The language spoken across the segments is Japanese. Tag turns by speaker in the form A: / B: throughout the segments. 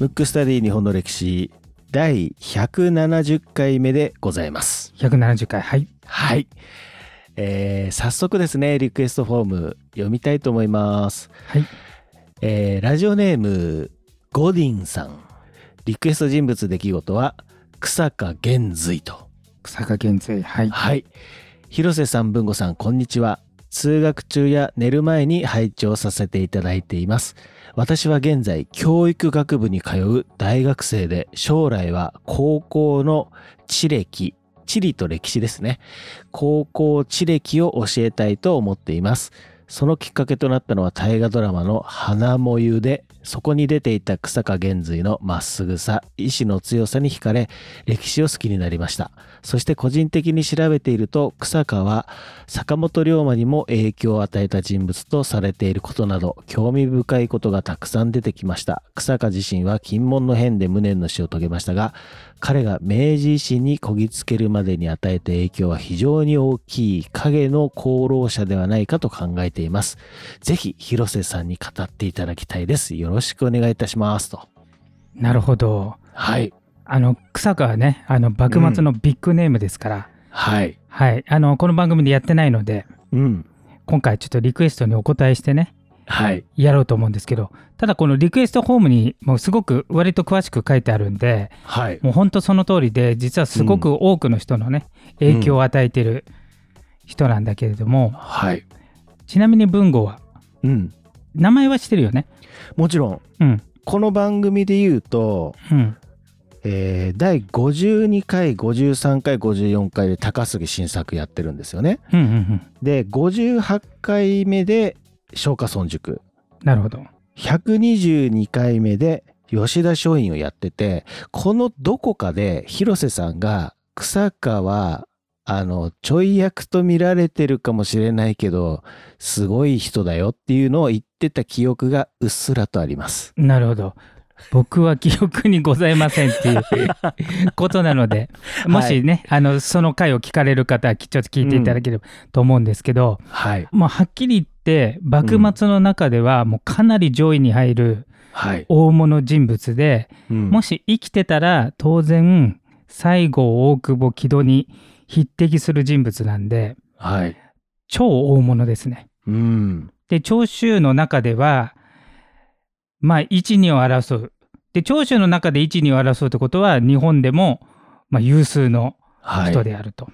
A: ムックスタディ日本の歴史第170回目でございます。
B: 170回はい
A: はい、えー早速ですねリクエストフォーム読みたいと思います、
B: はい
A: えーラジオネームゴディンさんリクエスト人物出来事は日下玄瑞と
B: 草加減税はい
A: はい広瀬さん文吾さんこんにちは通学中や寝る前に拝聴させていただいています私は現在教育学部に通う大学生で将来は高校の地歴地理と歴史ですね高校地歴を教えたいと思っていますそのきっかけとなったのは大河ドラマの「花もゆ」でそこに出ていた草加玄瑞のまっすぐさ意志の強さに惹かれ歴史を好きになりましたそして個人的に調べていると草加は坂本龍馬にも影響を与えた人物とされていることなど興味深いことがたくさん出てきました草加自身は金門の変で無念の死を遂げましたが彼が明治維新にこぎつけるまでに与えた影響は非常に大きい影の功労者ではないかと考えていますぜひ広瀬さんに語っていただきたいですよろしくお願いいたしますと
B: なるほど
A: はい
B: あの草加はねあの幕末のビッグネームですから、
A: はい
B: はいあのこの番組でやってないので
A: うん
B: 今回ちょっとリクエストにお答えしてね
A: はい
B: やろうと思うんですけどただこのリクエストフォームにもうすごく割と詳しく書いてあるんで
A: はい
B: もうほんとその通りで実はすごく多くの人のね、
A: ん
B: 影響を与えてる人なんだけれども、
A: はい
B: ちなみに文豪は
A: うん
B: 名前はしてるよね
A: もちろん
B: うん
A: この番組で言うと
B: うん
A: えー第52回53回54回で高杉晋作やってるんですよね
B: うんうんうん
A: で58回目で松下村塾
B: なるほど
A: 122回目で吉田松陰をやっててこのどこかで広瀬さんが草川あのちょい役と見られてるかもしれないけどすごい人だよっていうのを言ってた記憶がうっすらとあります。
B: なるほど。僕は記憶にございませんっていう ことなので、もしね、あのその回を聞かれる方はきちょっと聞いていただければと思うんですけど、
A: はい
B: もうはっきり言って幕末の中ではもうかなり上位に入る
A: はい、
B: 大物人物で、
A: うん
B: もし生きてたら当然西郷大久保木戸に匹敵する人物なんで
A: はい
B: 超大物ですね。
A: うん
B: で長州の中ではまあ一二を争うで長州の中で一二を争うってことは日本でも、まあ、有数の
A: はい、
B: 人であると、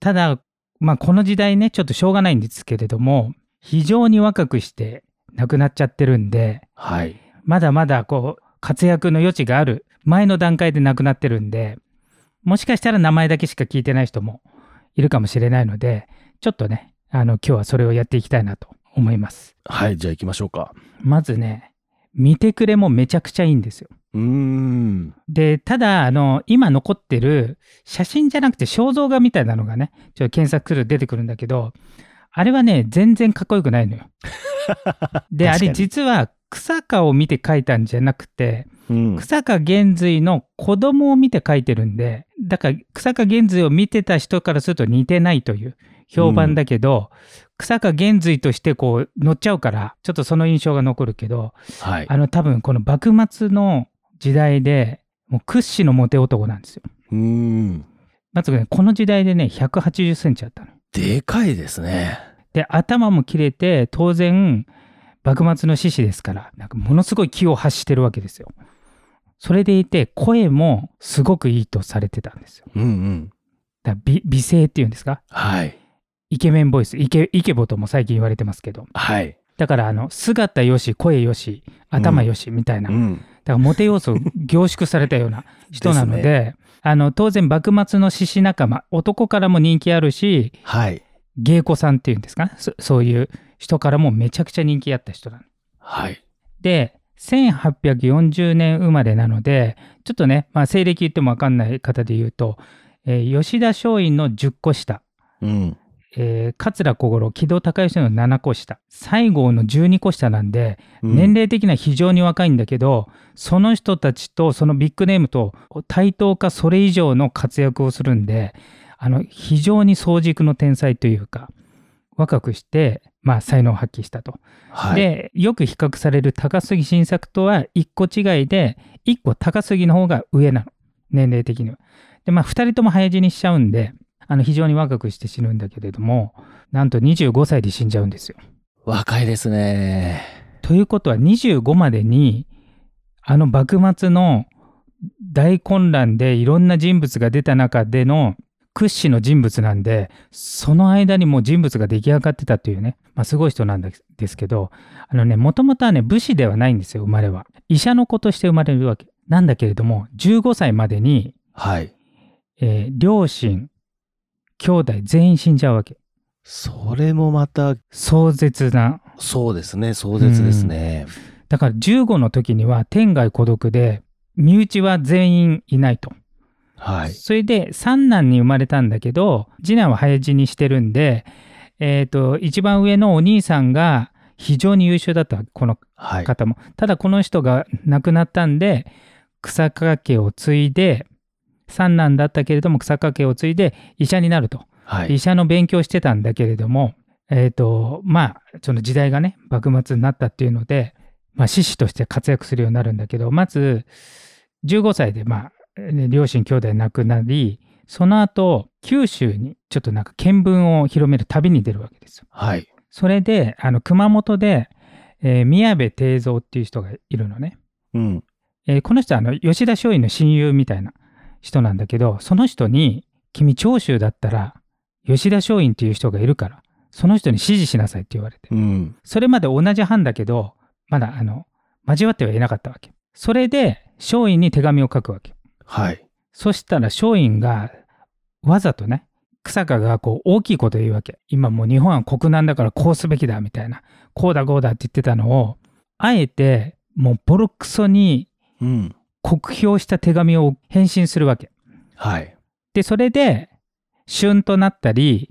B: ただ、まあ、この時代ねちょっとしょうがないんですけれども非常に若くして亡くなっちゃってるんで
A: はい。
B: まだまだこう活躍の余地がある前の段階で亡くなってるんでもしかしたら名前だけしか聞いてない人もいるかもしれないのでちょっとねあの今日はそれをやっていきたいなと思います。
A: はい、じゃあ行きましょうか。
B: まずね、見てくれもめちゃくちゃいいんですよ。
A: うーん。
B: で、ただ、あの、今残ってる写真じゃなくて肖像画みたいなのがね、ちょっと検索すると出てくるんだけど、あれはね、全然かっこよくない のよ。で、あ
A: 確かに
B: れ実は草加を見て描いたんじゃなくて、
A: うん。
B: 草加玄瑞の子供を見て描いてるんで、だから草加玄瑞を見てた人からすると似てないという評判だけど、草加玄瑞としてこう乗っちゃうから、ちょっとその印象が残るけど、
A: はい。
B: あの多分この幕末の時代でもう屈指のモテ男なんですよ。
A: うーん。
B: まずねこの時代でね180センチあったの。
A: でかいですね。
B: で頭も切れて当然幕末の志士ですからなんかものすごい気を発してるわけですよ。それでいて声もすごくいいとされてたんですよ。
A: うんうん。
B: だから美美声っていうんですか
A: はい。
B: イケメンボイスイケイケボとも最近言われてますけど
A: はい。
B: だからあの姿よし声よし頭よしみたいな、
A: ん。
B: だからモテ要素を凝縮されたような人なので
A: で
B: あの当然幕末の獅子仲間男からも人気あるし
A: はい。
B: 芸妓さんっていうんですかそそういう人からもめちゃくちゃ人気あった人なの。
A: はい。
B: で1840年生まれなのでちょっとね、まあ、西暦言っても分かんない方で言うと、えー吉田松陰の10個下、
A: うん。
B: えー桂小五郎木戸孝允の7個下西郷の12個下なんで
A: うん
B: 年。齢的には非常に若いんだけど、その人たちとそのビッグネームと対等かそれ以上の活躍をするんであの非常に早熟の天才というか若くして、まあ、才能を発揮したと。
A: はい。
B: でよく比較される高杉晋作とは1個違いで1個高杉の方が上なの年齢的には。でまあ2人とも早死にしちゃうんであの非常に若くして死ぬんだけれどもなんと25歳で死んじゃうんですよ。
A: 若いですね。
B: ということは25までにあの幕末の大混乱でいろんな人物が出た中での屈指の人物なんでその間にもう人物が出来上がってたというね、まあ、すごい人なんですけどあのねもともとはね武士ではないんですよ生まれは医者の子として生まれるわけなんだけれども15歳までに、
A: はい。
B: えー両親兄弟全員死んじゃうわけ
A: それもまた、
B: 壮絶な
A: そうですね、壮絶ですね。
B: だから15の時には天涯孤独で身内は全員いないと、
A: はい。
B: それで三男に生まれたんだけど次男は早死にしてるんで、えー、と一番上のお兄さんが非常に優秀だったこの
A: はい。
B: 方も、ただこの人が亡くなったんで草加家を継いで三男だったけれども草加家を継いで医者になると
A: は
B: 医
A: い。
B: 者の勉強してたんだけれども、えっ、と、まあ、その時代がね、幕末になったっていうので、まあ、志士として活躍するようになるんだけど、まず、15歳で、まあ、ね両親兄弟亡くなり、その後、九州にちょっとなんか見聞を広める旅に出るわけですよ。
A: はい。
B: それで、あの、熊本で、えー宮部定蔵っていう人がいるのね。
A: うん。
B: えーこの人はあの吉田松陰の親友みたいな人なんだけどその人に「君長州だったら吉田松陰っていう人がいるからその人に指示しなさい」って言われて
A: うん。
B: それまで同じ班だけどまだあの交わってはいなかったわけそれで松陰に手紙を書くわけ
A: はい。
B: そしたら松陰がわざとね草加がこう大きいこと言うわけ今もう日本は国難だからこうすべきだみたいなこうだこうだって言ってたのをあえてもうボロクソに
A: うん。
B: 酷評した手紙を返信するわけ。
A: はい。
B: で、それで、旬となったり、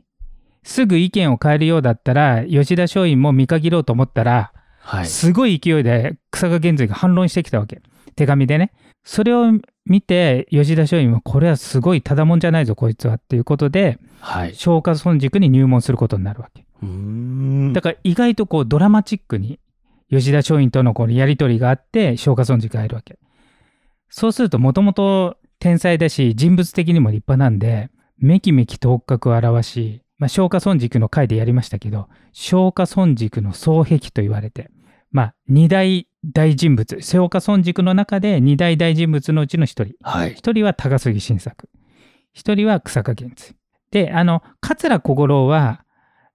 B: すぐ意見を変えるようだったら、吉田松陰も見限ろうと思ったら、
A: はい。
B: すごい勢いで草加玄瑞が反論してきたわけ。手紙でね。それを見て、吉田松陰は、これはすごいただもんじゃないぞ、こいつは。っていうことで、
A: はい。
B: 松下村塾に入門することになるわけ。
A: うーん
B: だ。から意外とこうドラマチックに吉田松陰とのこのやり取りがあって昇華尊寺が入るわけそうするともともと天才だし人物的にも立派なんでめきめき頭角を現し、まあ、昇華尊塾の回でやりましたけど昇華尊塾の双璧と言われてまあ二大大人物昇華尊塾の中で二大大人物のうちの一人
A: はい。
B: 一人は高杉晋作一人は草加源瑞であの桂小五郎は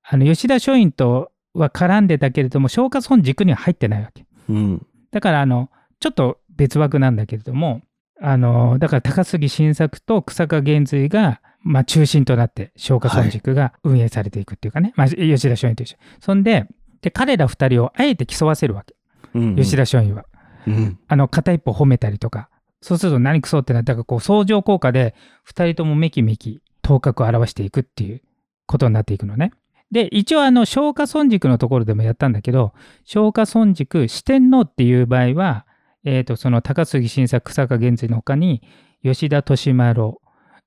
B: あの吉田松陰とは絡んでたけれども松下村軸には入ってないわけ
A: うん。
B: だからあのちょっと別枠なんだけれどもあのだから高杉晋作と草加源瑞が、まあ、中心となって松下村軸が運営されていくっていうかね、まあ、吉田松陰と一緒そんでで彼ら二人をあえて競わせるわけ
A: うん
B: 吉田松陰は。
A: うん。
B: あの片一歩褒めたりとかそうすると何クソってなったからこう相乗効果で2人ともめきめき頭角を現していくっていうことになっていくのね。で一応あの昇華村塾のところでもやったんだけど昇華村塾四天王っていう場合は、えー、とその高杉晋作草加源氏の他に吉田利丸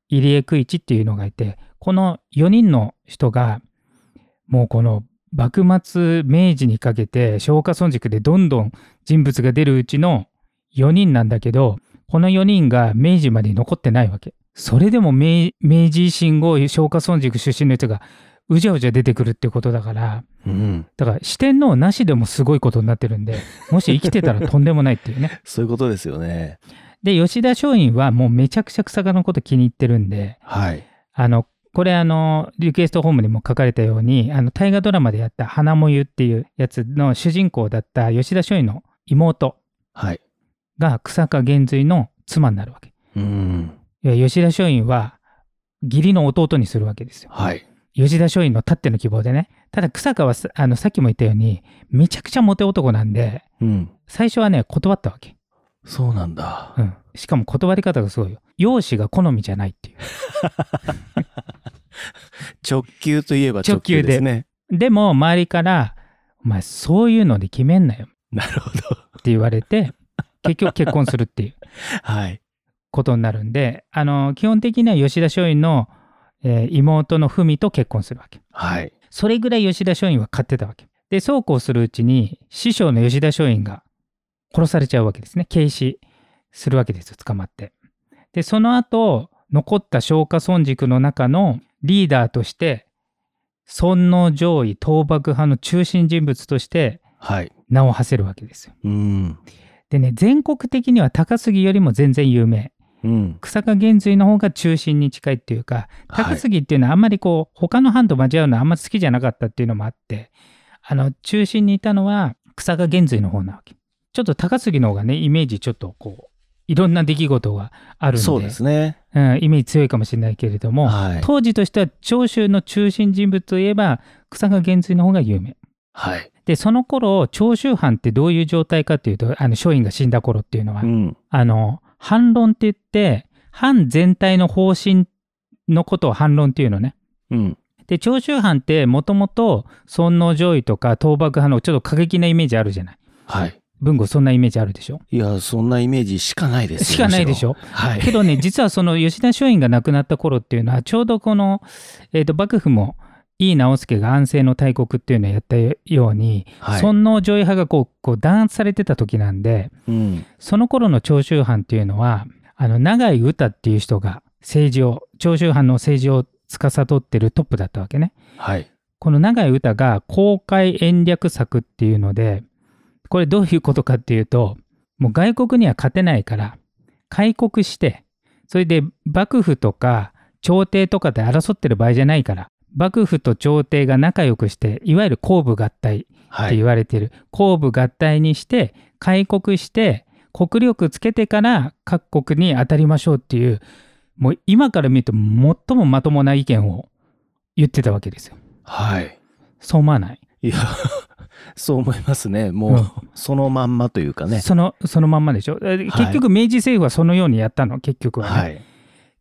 B: 入江久一っていうのがいてこの4人の人がもうこの幕末明治にかけて昇華村塾でどんどん人物が出るうちの4人なんだけどこの4人が明治まで残ってないわけそれでも明明治維新後昇華村塾出身の人がうじゃうじゃ出てくるってことだから
A: うん。
B: だから四天王なしでもすごいことになってるんでもし生きてたらとんでもないっていうね
A: そういうことですよね。
B: で吉田松陰はもうめちゃくちゃ草加のこと気に入ってるんで
A: はい。
B: あのこれあのリクエストホームにも書かれたようにあの大河ドラマでやった「花もゆ」っていうやつの主人公だった吉田松陰の妹
A: はい。
B: が草加源瑞の妻になるわけ。
A: うん。
B: いや吉田松陰は義理の弟にするわけですよ。
A: はい。
B: 吉田松陰のたっての希望でね。ただ草加はさあのさっきも言ったようにめちゃくちゃモテ男なんで
A: うん。
B: 最初はね断ったわけ。
A: そうなんだ
B: う。ん。しかも断り方がすごいよ。容姿が好みじゃないっていう。
A: 直球といえば直球ですね。
B: でも周りから「お前そういうので決めんなよ」
A: なるほど。
B: って言われて 結局結婚するっていう
A: はい。
B: ことになるんであの基本的には吉田松陰の、えー妹の文と結婚するわけ。
A: はい。
B: それぐらい吉田松陰は買ってたわけ。で、そうこうするうちに、師匠の吉田松陰が殺されちゃうわけですね。軽視するわけですよ、捕まって。で、その後、残った松下村塾の中のリーダーとして、尊王攘夷倒幕派の中心人物として
A: はい。
B: 名を馳せるわけですよ。
A: うん。
B: でね、全国的には高杉よりも全然有名。
A: うん。
B: 草加玄瑞の方が中心に近いっていうか
A: はい
B: 高杉っていうのはあんまりこう、他の班と交わるのはあんまり好きじゃなかったっていうのもあってあの中心にいたのは草加玄瑞の方なわけちょっと高杉の方がねイメージちょっとこういろんな出来事があるんで
A: そうですね。
B: うん、イメージ強いかもしれないけれども、
A: はい。
B: 当時としては長州の中心人物といえば草加玄瑞の方が有名
A: はい。
B: でその頃長州藩ってどういう状態かっていうとあの松陰が死んだ頃っていうのは、
A: うん。
B: あの、反論って言って、反全体の方針のことを反論っていうのね。
A: うん。
B: で、長州藩ってもともと尊王攘夷とか倒幕派のちょっと過激なイメージあるじゃない。
A: はい。
B: 文豪そんなイメージあるでしょ
A: いや、そんなイメージしかないですよ
B: しかないでしょ
A: むろはい。
B: け どね、実はその吉田松陰が亡くなった頃っていうのは、ちょうどこの、えーと、幕府も、井伊直弼が安政の大国っていうのをやったように、
A: はい。
B: 尊王攘夷派がこう、こう弾圧されてた時なんで、
A: うん。
B: その頃の長州藩っていうのは、あの、長井歌っていう人が政治を、長州藩の政治を司ってるトップだったわけね。
A: はい。
B: この長井歌が公開延略策っていうので、これどういうことかっていうと、もう外国には勝てないから、開国して、それで幕府とか朝廷とかで争ってる場合じゃないから、幕府と朝廷が仲良くして、いわゆる公部合体っ
A: は
B: て
A: い。
B: 言われてる、公部合体にして開国して国力つけてから各国に当たりましょうっていうもう今から見ると最もまともな意見を言ってたわけですよ。
A: はい。
B: そう思わない、
A: いや、 そう思いますね。
B: う
A: も
B: ん
A: う、そのまんまというかね。
B: そのそのまんまでしょ。え結局明治政府はそのようにやったの結局は、ね
A: はい。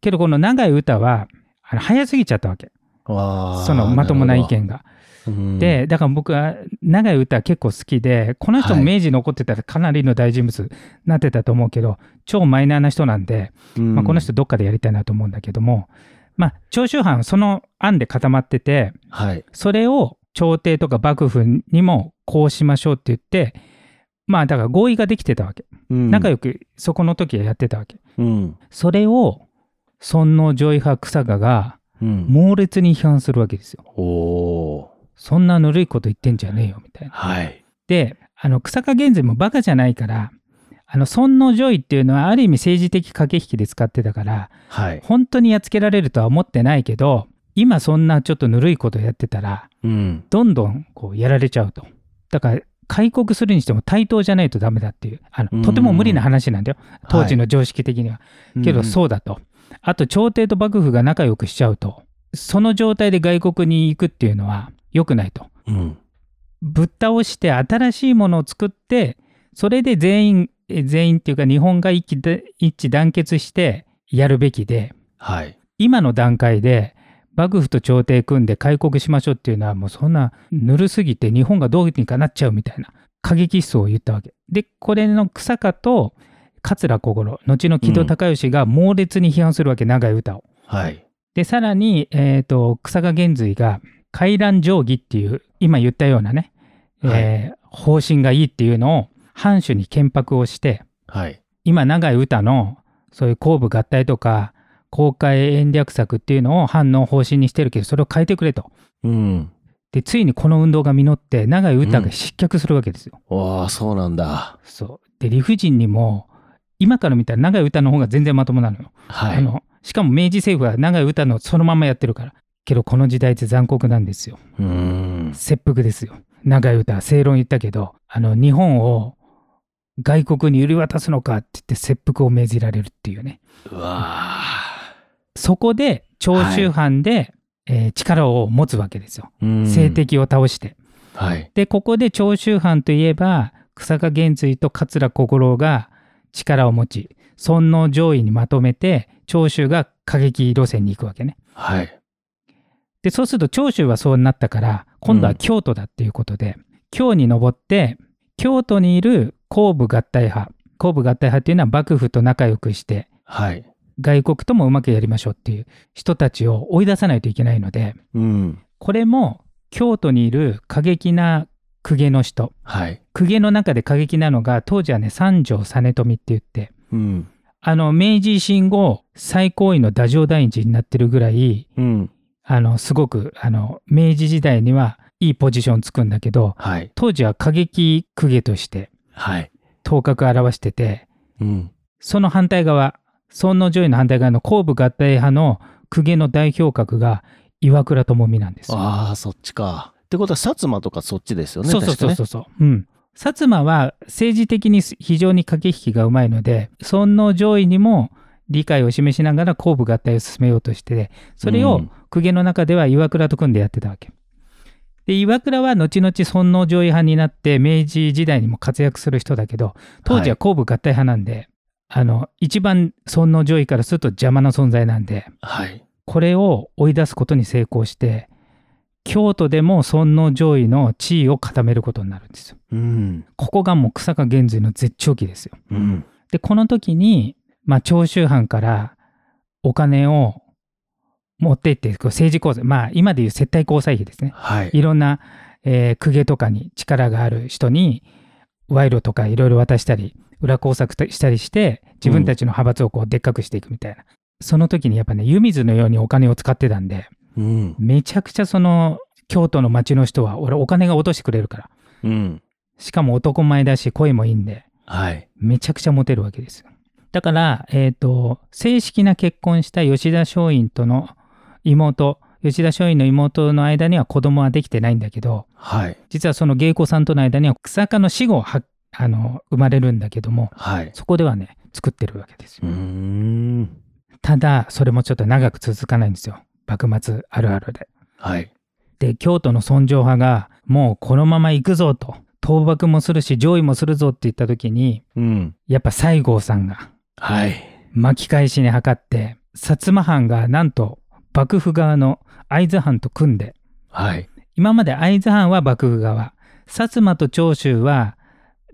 B: けどこの長い歌はあの早すぎちゃったわけ
A: そ
B: そのまともな意。見が。
A: るほどうん、
B: でだから僕は長い歌結構好きでこの人も明治残ってたらかなりの大人物になってたと思うけど超マイナーな人なんで
A: うん
B: まあ、この人、どっかでやりたいなと思うんだけども、まあ、長州藩はその案で固まってて
A: はい。
B: それを朝廷とか幕府にもこうしましょうって言ってまあだから合意ができてたわけ仲
A: 良
B: 良くそこの時はやってたわけ、
A: うん。
B: それを尊王攘夷派草賀が
A: うん。
B: 猛烈に批判するわけですよ
A: おお
B: そんなぬるいこと言ってんじゃねえよみたい
A: ー。
B: な
A: はい。
B: であの草加源氏もバカじゃないからあの尊王攘夷っていうのはある意味政治的駆け引きで使ってたから
A: はい。
B: 本当にやっつけられるとは思ってないけど今そんなちょっとぬるいことやってたら
A: うん。
B: どんどんこうやられちゃうとだから開国するにしても対等じゃないとダメだっていうあ
A: うん
B: のとても無理な話なんだよ当時の常識的には、けど
A: う
B: そ
A: ん。
B: うだと、あと朝廷と幕府が仲良くしちゃうとその状態で外国に行くっていうのは良くないと
A: うん。
B: ぶっ倒して新しいものを作ってそれで全員え全員っていうか日本が一致で一致団結してやるべきで
A: はい。
B: 今の段階で幕府と朝廷組んで開国しましょうっていうのはもうそんなぬるすぎて日本がどうにかなっちゃうみたいな過激思想を言ったわけでこれの草加と桂小五郎後の木戸孝允が猛烈に批判するわけ、長い歌を
A: はい。
B: でさらに、えー、と草加玄瑞が回覧定規っていう今言ったようなね、えー方針がいいっていうのを藩主に建白をして
A: はい。
B: 今永井歌のそういう公部合体とか公開延略策っていうのを反の方針にしてるけどそれを変えてくれと。
A: うん。
B: でついにこの運動が実って永井歌が失脚するわけですよ。
A: おお、そうなんだ。
B: そうで理不尽にも今から見たら永井歌の方が全然まともなのよ。
A: は
B: あ
A: い。
B: のしかも明治政府は永井歌のそのままやってるから。けどこの時代って残酷なんですよ。
A: うーん。
B: 切腹ですよ。長い歌正論言ったけどあの日本を外国に売り渡すのかって言って切腹を命じられるっていうね。
A: うわー
B: そこで長州藩で、えー力を持つわけですよ。
A: うん
B: 政。敵を倒して。
A: はい。
B: で、ここで長州藩といえば、草加玄瑞と桂小五郎が力を持ち、尊王攘夷にまとめて、長州が過激路線に行くわけね。
A: はい。
B: で、そうすると長州はそうなったから、今度は京都だっていうことで、京に登って、京都にいる公部合体派。公部合体派っていうのは幕府と仲良くして、
A: はい。
B: 外国ともうまくやりましょうっていう人たちを追い出さないといけないので
A: うん。
B: これも京都にいる過激な公家の人
A: はい。
B: 公家の中で過激なのが当時はね三条実富って言って
A: うん。
B: あの明治維新後最高位の太政大臣になってるぐらい
A: うん。
B: あのすごくあの明治時代にはいいポジションつくんだけど
A: はい。
B: 当時は過激公家として
A: はい。
B: 頭角を現してて
A: うん。
B: その反対側尊王攘夷の反対側の後部合体派の公家の代表格が岩倉具視なんですよ。
A: ああ、そっちか。ってことは、薩摩とかそっちですよね。
B: そうそうそう
A: 確か
B: そうそう、うん。薩摩は政治的に非常に駆け引きがうまいので尊王攘夷にも理解を示しながら後部合体を進めようとしてそれ
A: う
B: を
A: ん
B: 公家の中では岩倉と組んでやってたわけ。で岩倉は後々尊王攘夷派になって明治時代にも活躍する人だけど当時は後部合体派なんで、あの一番尊王攘夷からすると邪魔な存在なんで
A: ね。はい。
B: これを追い出すことに成功して京都でも尊王攘夷の地位を固めることになるんですよ。
A: うん。
B: ここがもう草加源瑞の絶頂期ですよ。
A: うん。
B: でこの時に、まあ、長州藩からお金を持っていってこう政治交際まあ今でいう接待交際費ですね
A: はい。
B: いろんな、えー公家とかに力がある人に賄賂とかいろいろ渡したり裏工作したりして自分たちの派閥をこうでっかくしていくみたいな、その時にやっぱね湯水のようにお金を使ってたんで
A: うん。
B: めちゃくちゃその京都の町の人は俺お金が落としてくれるから
A: うん。
B: しかも男前だし声もいいんで
A: はい。
B: めちゃくちゃモテるわけですよ。だから、えーと正式な結婚した吉田松陰との妹吉田松陰の妹の間には子供はできてないんだけど
A: はい。
B: 実はその芸妓さんとの間には草加の死後はあの生まれるんだけども
A: はい。
B: そこではね作ってるわけです
A: うー
B: よ。
A: ん。
B: ただそれもちょっと長く続かないんですよ幕末あるあるで。
A: はい。
B: で京都の尊攘派がもうこのまま行くぞと倒幕もするし上位もするぞって言った時に
A: うん。
B: やっぱ西郷さんが
A: はい。
B: 巻き返しに図って薩摩藩がなんと幕府側の会津藩と組んで
A: はい。
B: 今まで会津藩は幕府側薩摩と長州は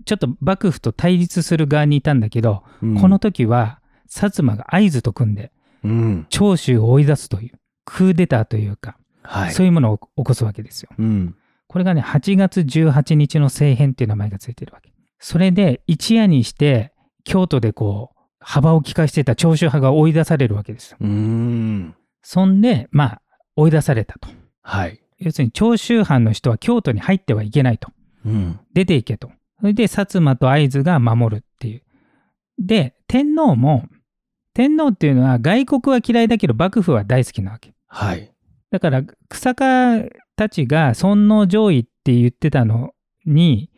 B: ちょっと幕府と対立する側にいたんだけど、
A: うん
B: この、時は薩摩が会津と組んで
A: うん。
B: 長州を追い出すというクーデターというか、
A: はい。
B: そういうものを起こすわけですよ。
A: うん。
B: これがね8月18日の政変っていう名前がついてるわけ。それで一夜にして京都でこう幅を利かしてた長州派が追い出されるわけですよ。
A: うーん。
B: そんでまあ追い出されたと。
A: はい。
B: 要するに長州藩の人は京都に入ってはいけないと。
A: うん。
B: 出ていけと。それで薩摩と会津が守るっていう。で天皇も天皇っていうのは外国は嫌いだけど幕府は大好きなわけ。
A: はい。
B: だから草加たちが尊王攘夷って言ってたのに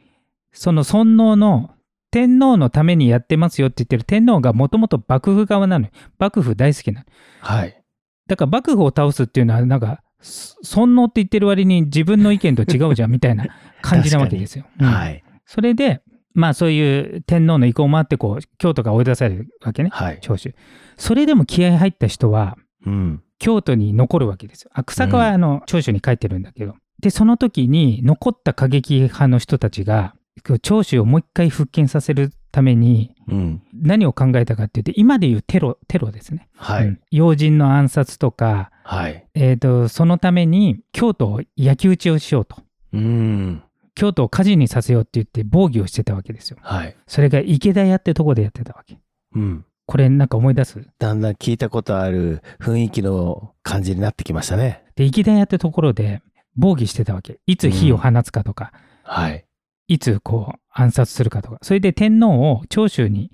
B: その尊王の天皇のためにやってますよって言ってる天皇がもともと幕府側なのよ幕府大好きなの
A: はい。
B: だから幕府を倒すっていうのはなんかそ尊王って言ってる割に自分の意見と違 うじゃんみたいな感じなわけですよ。うん
A: はい。
B: それでまあそういう天皇の意向もあってこう京都が追い出されるわけね
A: はい。
B: 長州。それでも気合入った人は
A: うん。
B: 京都に残るわけですよ。あ草加は
A: うん
B: あの長州に書いてるんだけど。でその時に残った過激派の人たちが長州をもう一回復権させるために
A: うん。
B: 何を考えたかって言って今でいうテロテロですね、
A: は
B: う
A: い。
B: ん要人の暗殺とか、
A: はい。
B: えー、とそのために京都を焼き討ちをしようと
A: うん。
B: 京都を火事にさせようって言って防御をしてたわけですよ
A: はい。
B: それが池田屋ってとこでやってたわけ
A: うん。
B: これなんか思い出す
A: だんだん聞いたことある雰囲気の感じになってきましたね。
B: で池田屋ってところで防御してたわけいつ火を放つかとか、
A: はい。
B: いつこう暗殺するかとかそれで天皇を長州に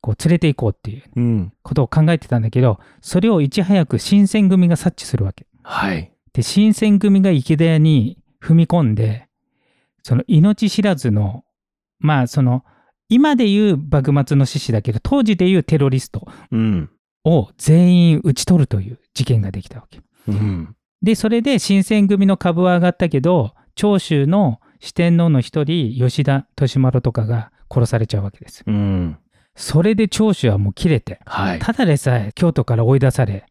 B: こう連れて行こうっていう
A: うん。
B: ことを考えてたんだけどそれをいち早く新選組が察知するわけ
A: はい。
B: で新選組が池田屋に踏み込んでその命知らずのまあその今でいう幕末の志士だけど当時でいうテロリスト
A: うん。
B: を全員討ち取るという事件ができたわけ
A: うん。
B: でそれで新選組の株は上がったけど長州の四天王の一人吉田利丸とかが殺されちゃうわけです
A: うん。
B: それで長州はもう切れて
A: はい。
B: ただでさえ京都から追い出され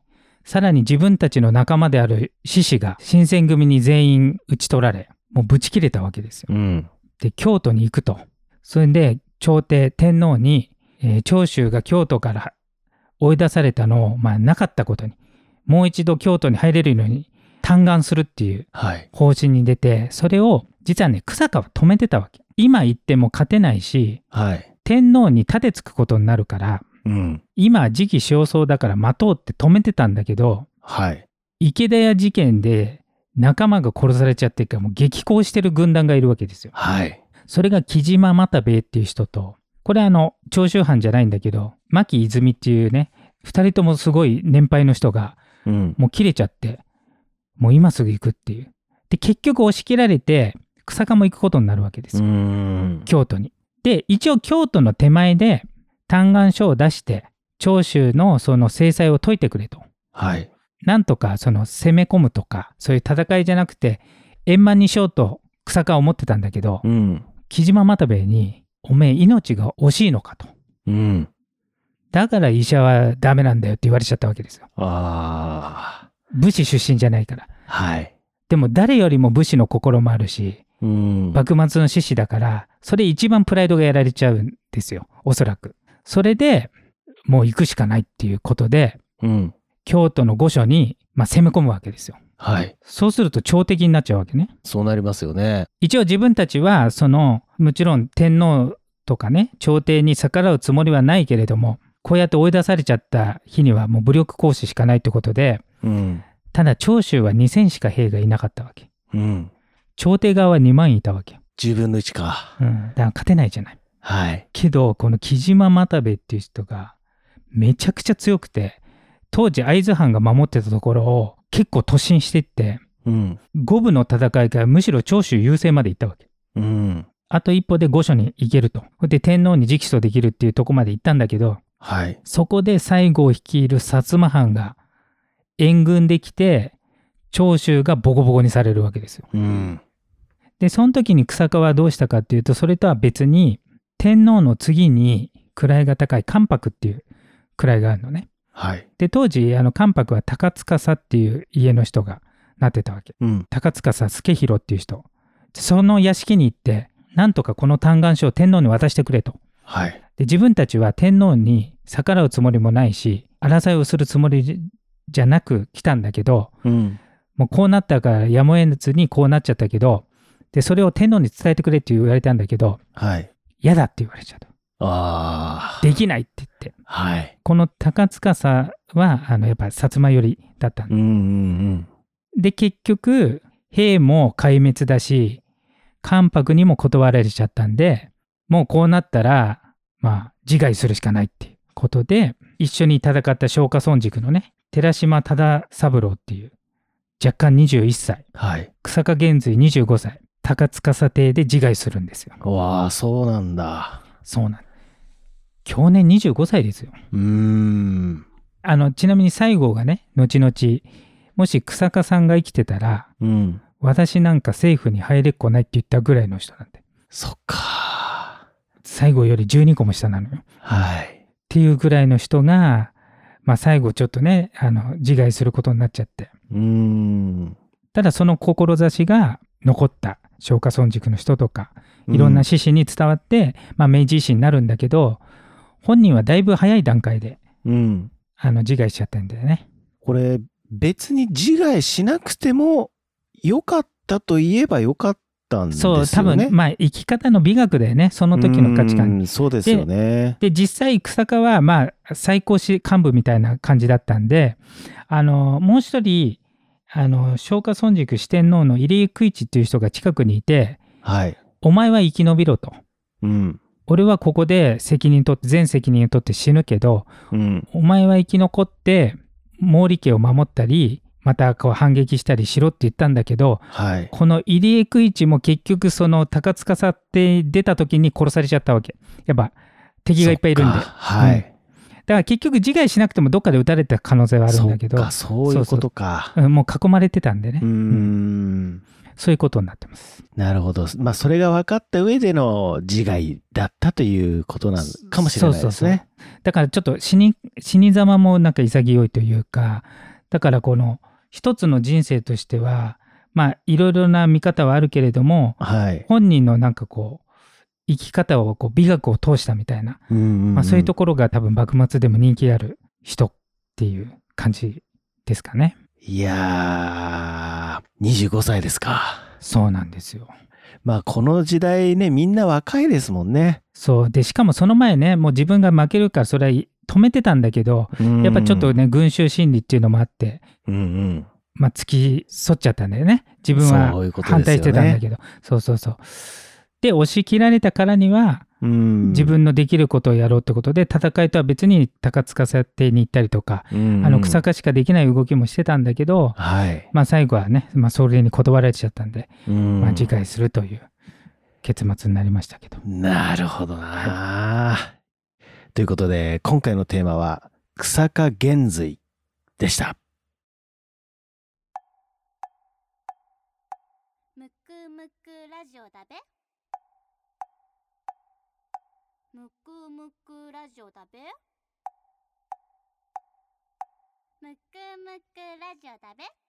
B: さらに自分たちの仲間である志士が新選組に全員討ち取られもうぶち切れたわけですよ
A: うん。
B: で京都に行くとそれで朝廷天皇に、えー長州が京都から追い出されたのをまあなかったことにもう一度京都に入れるように嘆願するっていう
A: はい。
B: 方針に出てそれを実はね久坂は止めてたわけ今言っても勝てないし
A: はい。
B: 天皇に盾つくことになるから
A: うん。
B: 今時期尚早だから待とうって止めてたんだけど
A: はい。
B: 池田屋事件で仲間が殺されちゃってるからもう激高してる軍団がいるわけですよ
A: はい。
B: それが木島又兵衛っていう人とこれあの長州藩じゃないんだけど牧泉っていうね2人ともすごい年配の人が
A: うん。
B: もう切れちゃってもう今すぐ行くっていうで結局押し切られて日下も行くことになるわけです
A: うー
B: よ、
A: ん。
B: 京都にで一応京都の手前で嘆願書を出して長州のその制裁を解いてくれと
A: はい。
B: なんとかその攻め込むとかそういう戦いじゃなくて円満にしようと日下は思ってたんだけど、
A: うん。
B: 木島又兵衛に「おめえ命が惜しいのか」と
A: うん。
B: 「だから医者はダメなんだよ」って言われちゃったわけですよ
A: あ
B: 武士出身じゃないから
A: あ。はい。
B: でも誰よりも武士の心もあるし
A: うん。
B: 幕末の志士だからそれ一番プライドがやられちゃうんですよおそらくそれでもう行くしかないっていうことで
A: うん。
B: 京都の御所に、まあ、攻め込むわけですよ
A: はい。
B: そうすると朝敵になっちゃうわけね
A: そうなりますよね。
B: 一応自分たちはそのもちろん天皇とかね朝廷に逆らうつもりはないけれどもこうやって追い出されちゃった日にはもう武力行使しかないってことで
A: うん。
B: ただ長州は2,000しか兵がいなかったわけ
A: うん。
B: 朝廷側は2万いたわけ、
A: 10分の1か。
B: うん、だから勝てないじゃない
A: はい。
B: けどこの木島又兵衛っていう人がめちゃくちゃ強くて当時会津藩が守ってたところを結構突進していって
A: うん。
B: 五分の戦いからむしろ長州優勢まで行ったわけ
A: うん。
B: あと一歩で御所に行けると。で、天皇に直訴できるっていうとこまで行ったんだけど、
A: はい。
B: そこで西郷率いる薩摩藩が援軍できて、長州がボコボコにされるわけですよ。
A: うん。
B: で、その時に草川はどうしたかっていうと、それとは別に、天皇の次に位が高い関白っていう位があるのね。
A: はい。
B: で、当時、あの関白は高司っていう家の人がなってたわけ。
A: うん。
B: 高塚助弘っていう人その屋敷に行ってなんとかこの嘆願書を天皇に渡してくれと
A: はい。
B: で自分たちは天皇に逆らうつもりもないし争いをするつもりじじゃなく来たんだけど
A: うん。
B: もうこうなったからやむを得ずにこうなっちゃったけどでそれを天皇に伝えてくれって言われたんだけど
A: はい。
B: 嫌だって言われちゃった
A: ああ。
B: できないって言って
A: はい。
B: この高塚はあのやっぱ薩摩寄りだったんで
A: うんうん
B: で結局兵も壊滅だし関白にも断られちゃったんでもうこうなったらまあ自害するしかないっていうことで一緒に戦った松下村塾のね寺島忠三郎っていう若干21歳
A: うん。はい。
B: 草加玄瑞25歳高司邸で自害するんですよ
A: うわあ、そうなんだ。
B: そうなん去年25歳ですよ
A: うーん。
B: あのちなみに西郷がね後々もし草加さんが生きてたら
A: うん。
B: 私なんか政府に入れっこないって言ったぐらいの人なんで
A: そっか。
B: 最後より12個も下なのよっ
A: はい。
B: ていうぐらいの人が、まあ、最後ちょっとねあの自害することになっちゃって
A: うーん。
B: ただその志が残った松下村塾の人とかいろんな志士に伝わって、まあ、明治維新になるんだけど本人はだいぶ早い段階で
A: うん。
B: あの自害しちゃってんだよね。
A: これ、別に自害しなくても、良かったと言えば良かったんですよね。
B: そう多分、まあ生き方の美学だよねその時の価値観
A: うーん。そうですよね。
B: で実際草加はまあ最高司幹部みたいな感じだったんであのもう一人あの松下村塾四天王の入江久一っていう人が近くにいて
A: はい。
B: 「お前は生き延びろ」と
A: うん。
B: 「俺はここで責任取って全責任を取って死ぬけど
A: うん。
B: お前は生き残って毛利家を守ったりまたこう反撃したりしろ」って言ったんだけど
A: はい。
B: この入江久一も結局その高塚さって出た時に殺されちゃったわけやっぱ敵がいっぱいいるん
A: そ
B: で
A: っか。はい。
B: だから結局自害しなくてもどっかで撃たれた可能性はあるんだけど
A: そっか、そういうことか。
B: うんもう囲まれてたんでね、
A: うーん。
B: そういうことになってます
A: なるほど。まあ、それが分かった上での自害だったということなのかもしれないですね。
B: だからちょっと死に死に様もなんか潔いというかだからこの一つの人生としてはまあいろいろな見方はあるけれども
A: はい。
B: 本人のなんかこう生き方をこう美学を通したみたいな、
A: うんんん
B: まあ、そういうところが多分幕末でも人気ある人っていう感じですかね。
A: いやー、 25歳ですか。
B: そうなんですよ。
A: まあこの時代ね、みんな若いですもんね。
B: そうでしかもその前ねもう自分が負けるからそれは止めてたんだけどや
A: や
B: っぱちょっと、ね群衆心理っていうのもあって、
A: うんうん。
B: まあ、付き添っちゃったんだよね自分は
A: そういうことですよね
B: 反対してたんだけどそうそうそうで押し切られたからには
A: うん
B: 自、分のできることをやろうってことで、戦いとは別に高塚査定に行ったりとか、
A: うん
B: あの草。加しかできない動きもしてたんだけど、
A: はい。
B: まあ、最後はね、まあ、それに断られちゃったんで、
A: うん
B: まあ、次回するという結末になりましたけど。
A: なるほどな、ということで、今回のテーマは、草加玄瑞でした。
C: むくむくラジオだべむくむくラジオだべむくむくラジオだべ